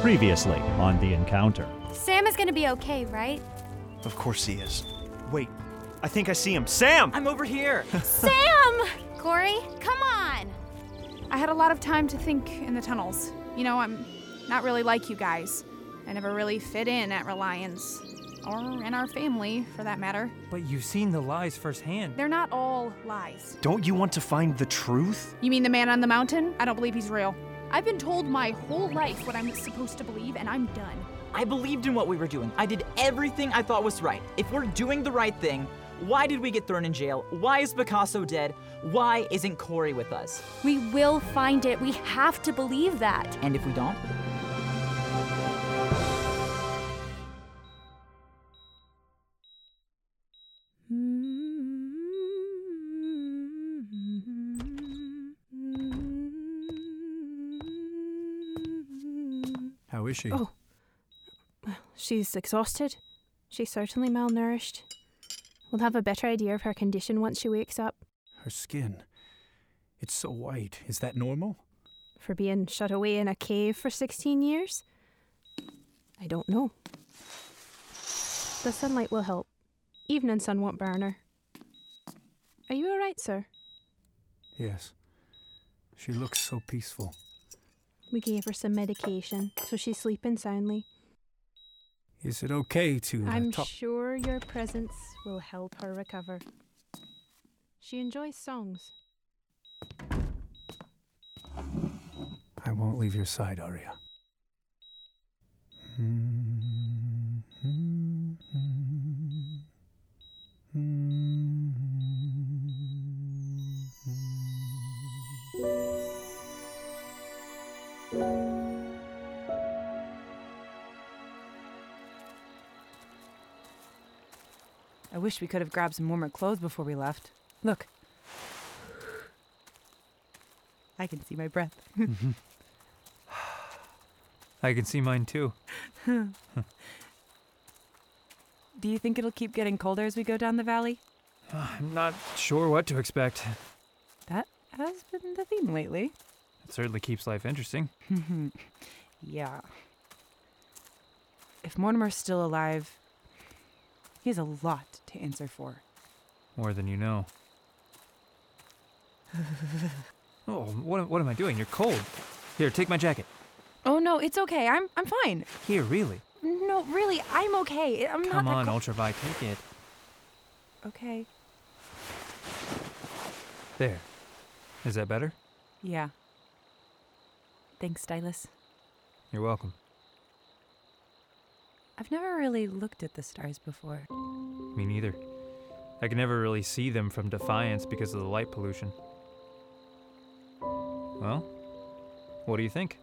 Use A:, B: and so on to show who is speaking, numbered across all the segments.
A: Previously on The Encounter.
B: Sam is gonna be okay, right?
C: Of course he is. Wait, I think I see him. Sam!
D: I'm over here.
B: Sam! Corey, come on!
E: I had a lot of time to think in the tunnels. You know, I'm not really like you guys. I never really fit in at Reliance, or in our family, for that matter.
D: but you've seen the lies firsthand.
E: They're not all lies.
C: Don't you want to find the truth?
E: You mean the man on the mountain? I don't believe he's real. I've been told my whole life what I'm supposed to believe, and I'm done.
D: I believed in what we were doing. I did everything I thought was right. If we're doing the right thing, why did we get thrown in jail? Why is Picasso dead? Why isn't Corey with us?
B: We will find it. We have to believe that.
D: And if we don't?
F: How is she?
G: Oh. She's exhausted. She's certainly malnourished. We'll have a better idea of her condition once she wakes up.
F: Her skin. It's so white. Is that normal?
G: For being shut away in a cave for 16 years? I don't know. The sunlight will help. Evening sun won't burn her. Are you alright, sir?
F: Yes. She looks so peaceful.
G: We gave her some medication, so she's sleeping soundly.
F: Is it okay to uh,
G: I'm
F: talk?
G: sure your presence will help her recover. She enjoys songs.
F: I won't leave your side, Aria.
H: I wish we could have grabbed some warmer clothes before we left. Look. I can see my breath.
I: I can see mine too.
H: Do you think it'll keep getting colder as we go down the valley?
I: I'm not sure what to expect.
H: That has been the theme lately.
I: It certainly keeps life interesting.
H: yeah. If Mortimer's still alive, he has a lot to answer for.
I: More than you know. oh, what, am- what am I doing? You're cold. Here, take my jacket.
H: Oh no, it's okay. I'm I'm fine.
I: Here, really.
H: No, really, I'm okay. I'm not.
I: Come
H: that
I: on,
H: co-
I: Ultraviolet, take it.
H: Okay.
I: There. Is that better?
H: Yeah. Thanks, Stylus.
I: You're welcome.
H: I've never really looked at the stars before.
I: Me neither. I can never really see them from Defiance because of the light pollution. Well, what do you think?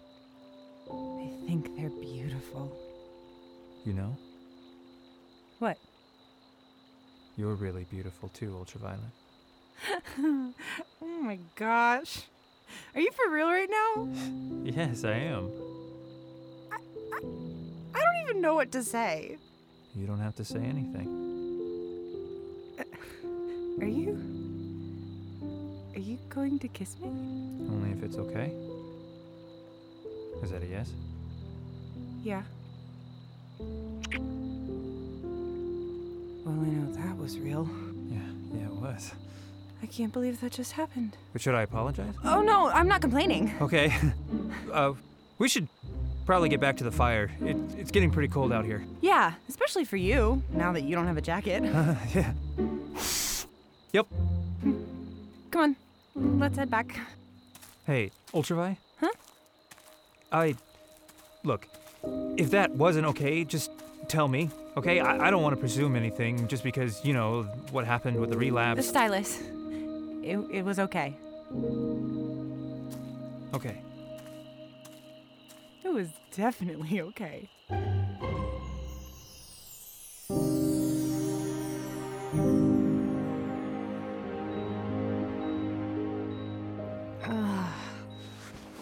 H: I think they're beautiful.
I: You know,
H: What?
I: you're really beautiful too, Ultraviolet.
H: oh my gosh. Are you for real right now?
I: Yes, I am.
H: I don't even know what to say.
I: You don't have to say anything.
H: Are you. Are you going to kiss me?
I: Only if it's okay. Is that a yes?
H: Yeah. Well, I know that was real.
I: Yeah, yeah, it was.
H: I can't believe that just happened.
I: But should I apologize?
H: Oh no, I'm not complaining.
I: Okay. uh, we should probably get back to the fire. It, it's getting pretty cold out here.
H: Yeah, especially for you, now that you don't have a jacket.
I: yeah. Yep.
H: Come on, let's head back.
I: Hey, Ultravi?
H: Huh?
I: I. Look, if that wasn't okay, just tell me, okay? I, I don't want to presume anything just because, you know, what happened with the
H: The
I: relapse.
H: stylus. It, it was okay.
I: Okay.
H: It was definitely okay.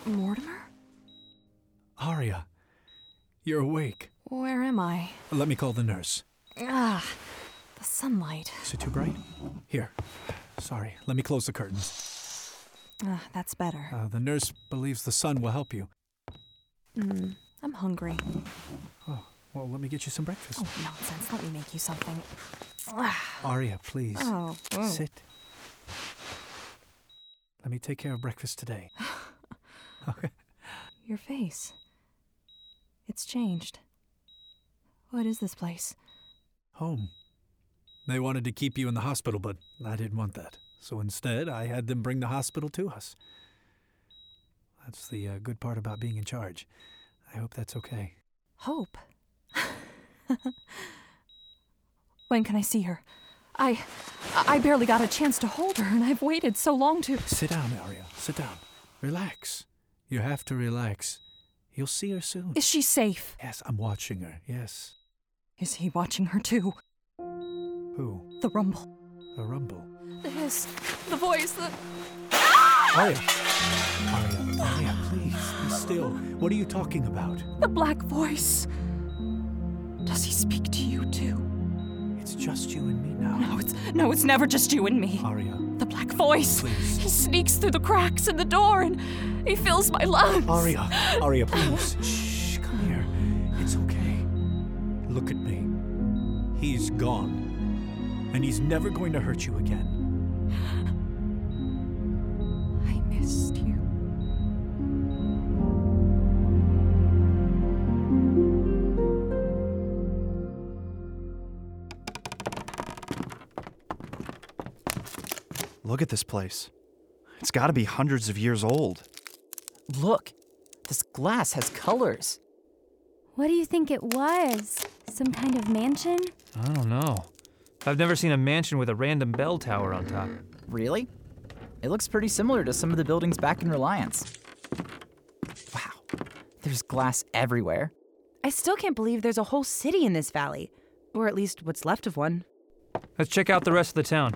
G: Mortimer?
F: Aria, you're awake.
G: Where am I?
F: Let me call the nurse.
G: Ah, the sunlight.
F: Is it too bright? Here. Sorry. Let me close the curtains.
G: Ah, that's better. Mm,
F: Uh, the nurse believes the sun will help you.
E: I'm hungry.
F: Oh, Well, let me get you some breakfast.
E: Oh, nonsense. Let me make you something.
F: Aria, please.
E: Oh, mm.
F: Sit. Let me take care of breakfast today.
E: your face. It's changed. What is this place?
F: Home. They wanted to keep you in the hospital, but I didn't want that. So instead, I had them bring the hospital to us. That's the uh, good part about being in charge. I hope that's okay.
E: Hope. when can I see her? I I barely got a chance to hold her and I've waited so long to
F: Sit down, Aria. Sit down. Relax. You have to relax. You'll see her soon.
E: Is she safe?
F: yes, I'm watching her. Yes.
E: Is he watching her too?
F: Who?
E: The rumble,
F: The rumble.
E: the hiss, the voice, the
F: Aria. Aria, Aria, please. Be still. What are you talking about?
E: the black voice. Does he speak to you too?
F: It's just you and me now.
E: No, it's no, it's never just you and me.
F: Aria.
E: The black voice.
F: Please.
E: He sneaks through the cracks in the door and he fills my lungs.
F: Aria, Aria, please. Shh, come here. It's okay. Look at me. He's gone. And he's never going to hurt you again.
E: I missed you.
C: Look at this place. It's got to be hundreds of years old.
D: Look, this glass has colors.
B: What do you think it was? Some kind of mansion?
I: I don't know. I've never seen a mansion with a random bell tower on top.
D: Really? It looks pretty similar to some of the buildings back in Reliance. Wow, there's glass everywhere.
H: I still can't believe there's a whole city in this valley, or at least what's left of one.
I: Let's check out the rest of the town.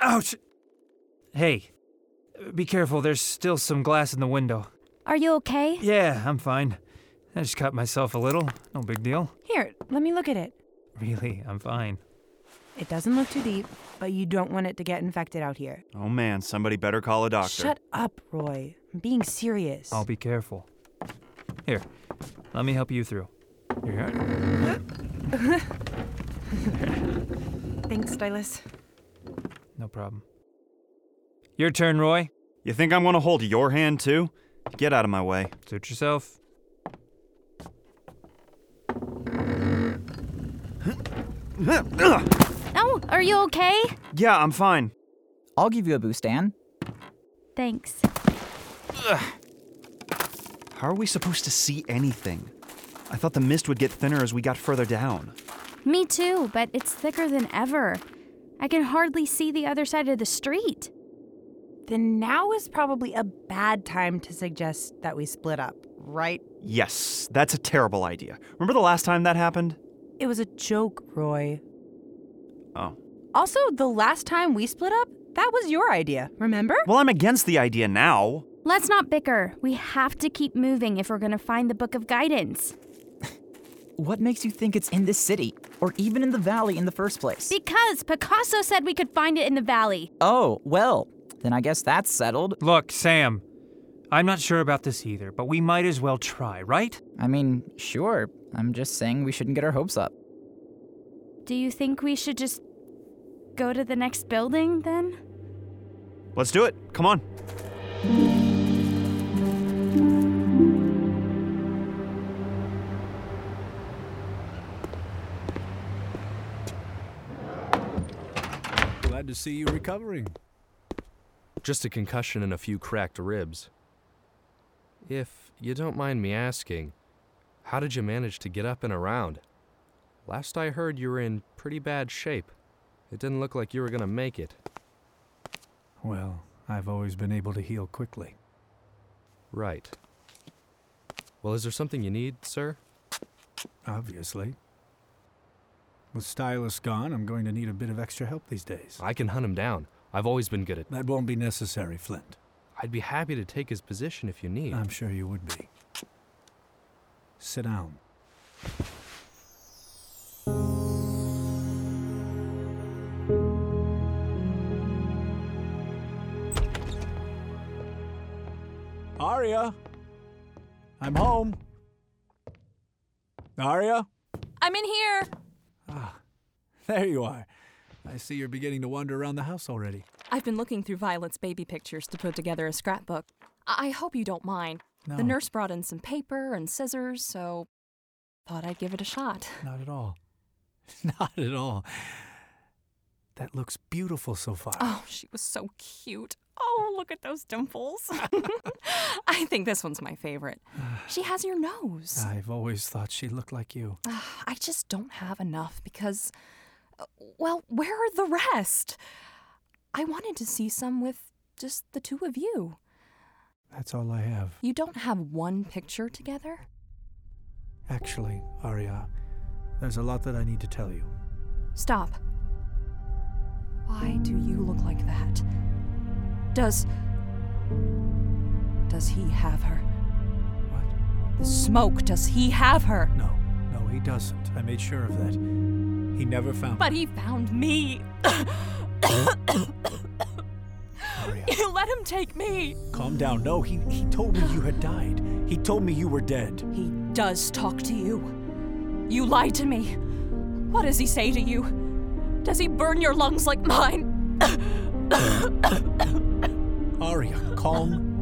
I: Ouch! Hey, be careful, there's still some glass in the window.
B: Are you okay?
I: Yeah, I'm fine. I just cut myself a little. No big deal.
H: Here, let me look at it.
I: Really, I'm fine.
H: It doesn't look too deep, but you don't want it to get infected out here.
C: Oh man, somebody better call a doctor.
H: Shut up, Roy. I'm being serious.
I: I'll be careful. Here, let me help you through. Here you are.
H: Thanks, Stylus.
I: No problem. Your turn, Roy.
C: You think I'm going to hold your hand too? Get out of my way.
I: Suit yourself.
B: Oh, are you okay?
C: Yeah, I'm fine.
D: I'll give you a boost, Anne.
B: Thanks.
C: How are we supposed to see anything? I thought the mist would get thinner as we got further down.
B: Me too, but it's thicker than ever. I can hardly see the other side of the street.
H: Then now is probably a bad time to suggest that we split up, right?
C: Yes, that's a terrible idea. Remember the last time that happened?
H: It was a joke, Roy.
C: Oh.
H: Also, the last time we split up, that was your idea, remember?
C: Well, I'm against the idea now.
B: Let's not bicker. We have to keep moving if we're going to find the Book of Guidance.
D: What makes you think it's in this city, or even in the valley in the first place?
B: Because Picasso said we could find it in the valley.
D: oh, well, then I guess that's settled.
I: Look, Sam, I'm not sure about this either, but we might as well try, right?
D: I mean, sure, I'm just saying we shouldn't get our hopes up.
B: Do you think we should just go to the next building then?
C: Let's do it. Come on.
F: Glad to see you recovering.
J: Just a concussion and a few cracked ribs. If you don't mind me asking, how did you manage to get up and around? Last I heard, you were in pretty bad shape. It didn't look like you were gonna make it.
F: Well, I've always been able to heal quickly.
J: Right. Well, is there something you need, sir?
F: Obviously. With Stylus gone, I'm going to need a bit of extra help these days.
J: I can hunt him down. I've always been good at.
F: That won't be necessary, Flint.
J: I'd be happy to take his position if you need.
F: I'm sure you would be. Sit down. Aria! I'm home. Aria?
H: I'm in here.
F: Ah, there you are. I see you're beginning to wander around the house already.
H: I've been looking through Violet's baby pictures to put together a scrapbook. I, I hope you don't mind.
F: No.
H: The nurse brought in some paper and scissors, so thought I'd give it a shot.
F: Not at all. Not at all. That looks beautiful so far.
H: Oh, she was so cute. Oh, look at those dimples. I think this one's my favorite. She has your nose.
F: I've always thought she looked like you.
H: Ah, I just don't have enough because, uh, well, where are the rest? I wanted to see some with just the two of you.
F: That's all I have.
H: You don't have one picture together?
F: Actually, Arya, there's a lot that I need to tell you.
H: Stop. Why do you look like that? Does. Does he have her? What? The smoke, does he have her?
F: No, no, he doesn't. I made sure of that. He never found
H: But he found me. you let him take me.
F: Calm down. No, he, he told me you had died. He told me you were dead.
H: He does talk to you. You lie to me. What does he say to you? Does he burn your lungs like mine?
F: Aria, calm down.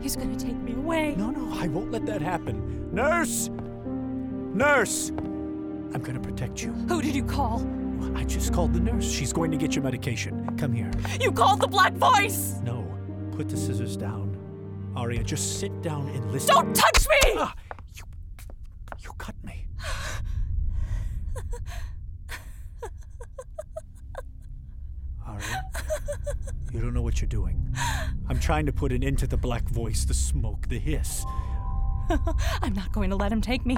H: He's gonna take me away.
F: No, no, I won't let that happen. Nurse! Nurse! I'm gonna protect you.
H: Who did you call?
F: I just called the nurse. She's going to get your medication. Come here.
H: You called the Black Voice!
F: No, put the scissors down. Aria, just sit down and listen.
H: Don't touch me!
F: Ah. You cut me. Aria, you don't know what you're doing. I'm trying to put an end to the black voice, the smoke, the hiss.
H: I'm not going to let him take me.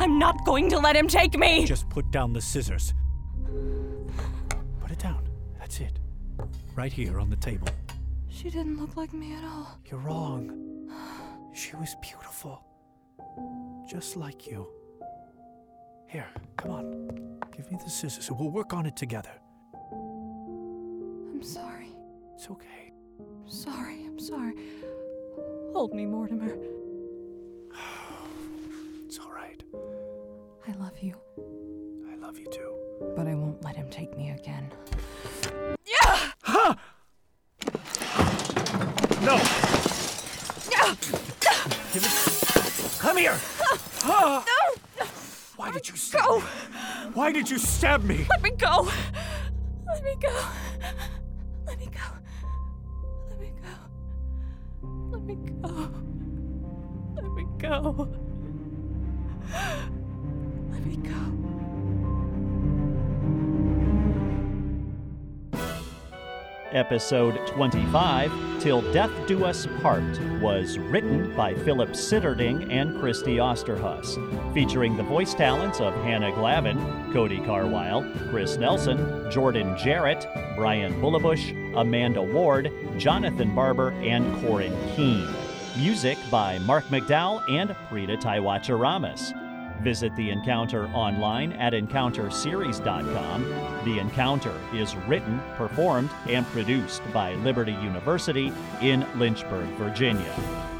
H: I'm not going to let him take me!
F: Just put down the scissors. Put it down. That's it. Right here on the table.
H: She didn't look like me at all.
F: You're wrong. She was beautiful. Just like you. Here, come on. Give me the scissors. We'll work on it together.
H: I'm sorry.
F: It's okay.
H: Sorry, I'm sorry. Hold me, Mortimer.
F: It's all right.
H: I love you,
F: I love you too.
H: but I won't let him take me again.
F: No! Give it. Come here! Ah! Why did you stab me? Why did you stab me?
H: Let me go! Let me go! Let me go! Let me go! Let me go! Let me go! Let me go!
C: Episode 25, Till Death Do Us Part, was written by Philip Sitterding and Christy Osterhus, featuring the voice talents of Hannah Glavin, Cody Carwile, Chris Nelson, Jordan Jarrett, Brian Bullabush, Amanda Ward, Jonathan Barber, and Corin Keene. Music by Mark McDowell and Prita Taiwacharamas. Visit The Encounter online at EncounterSeries.com. The Encounter is written, performed, and produced by Liberty University in Lynchburg, Virginia.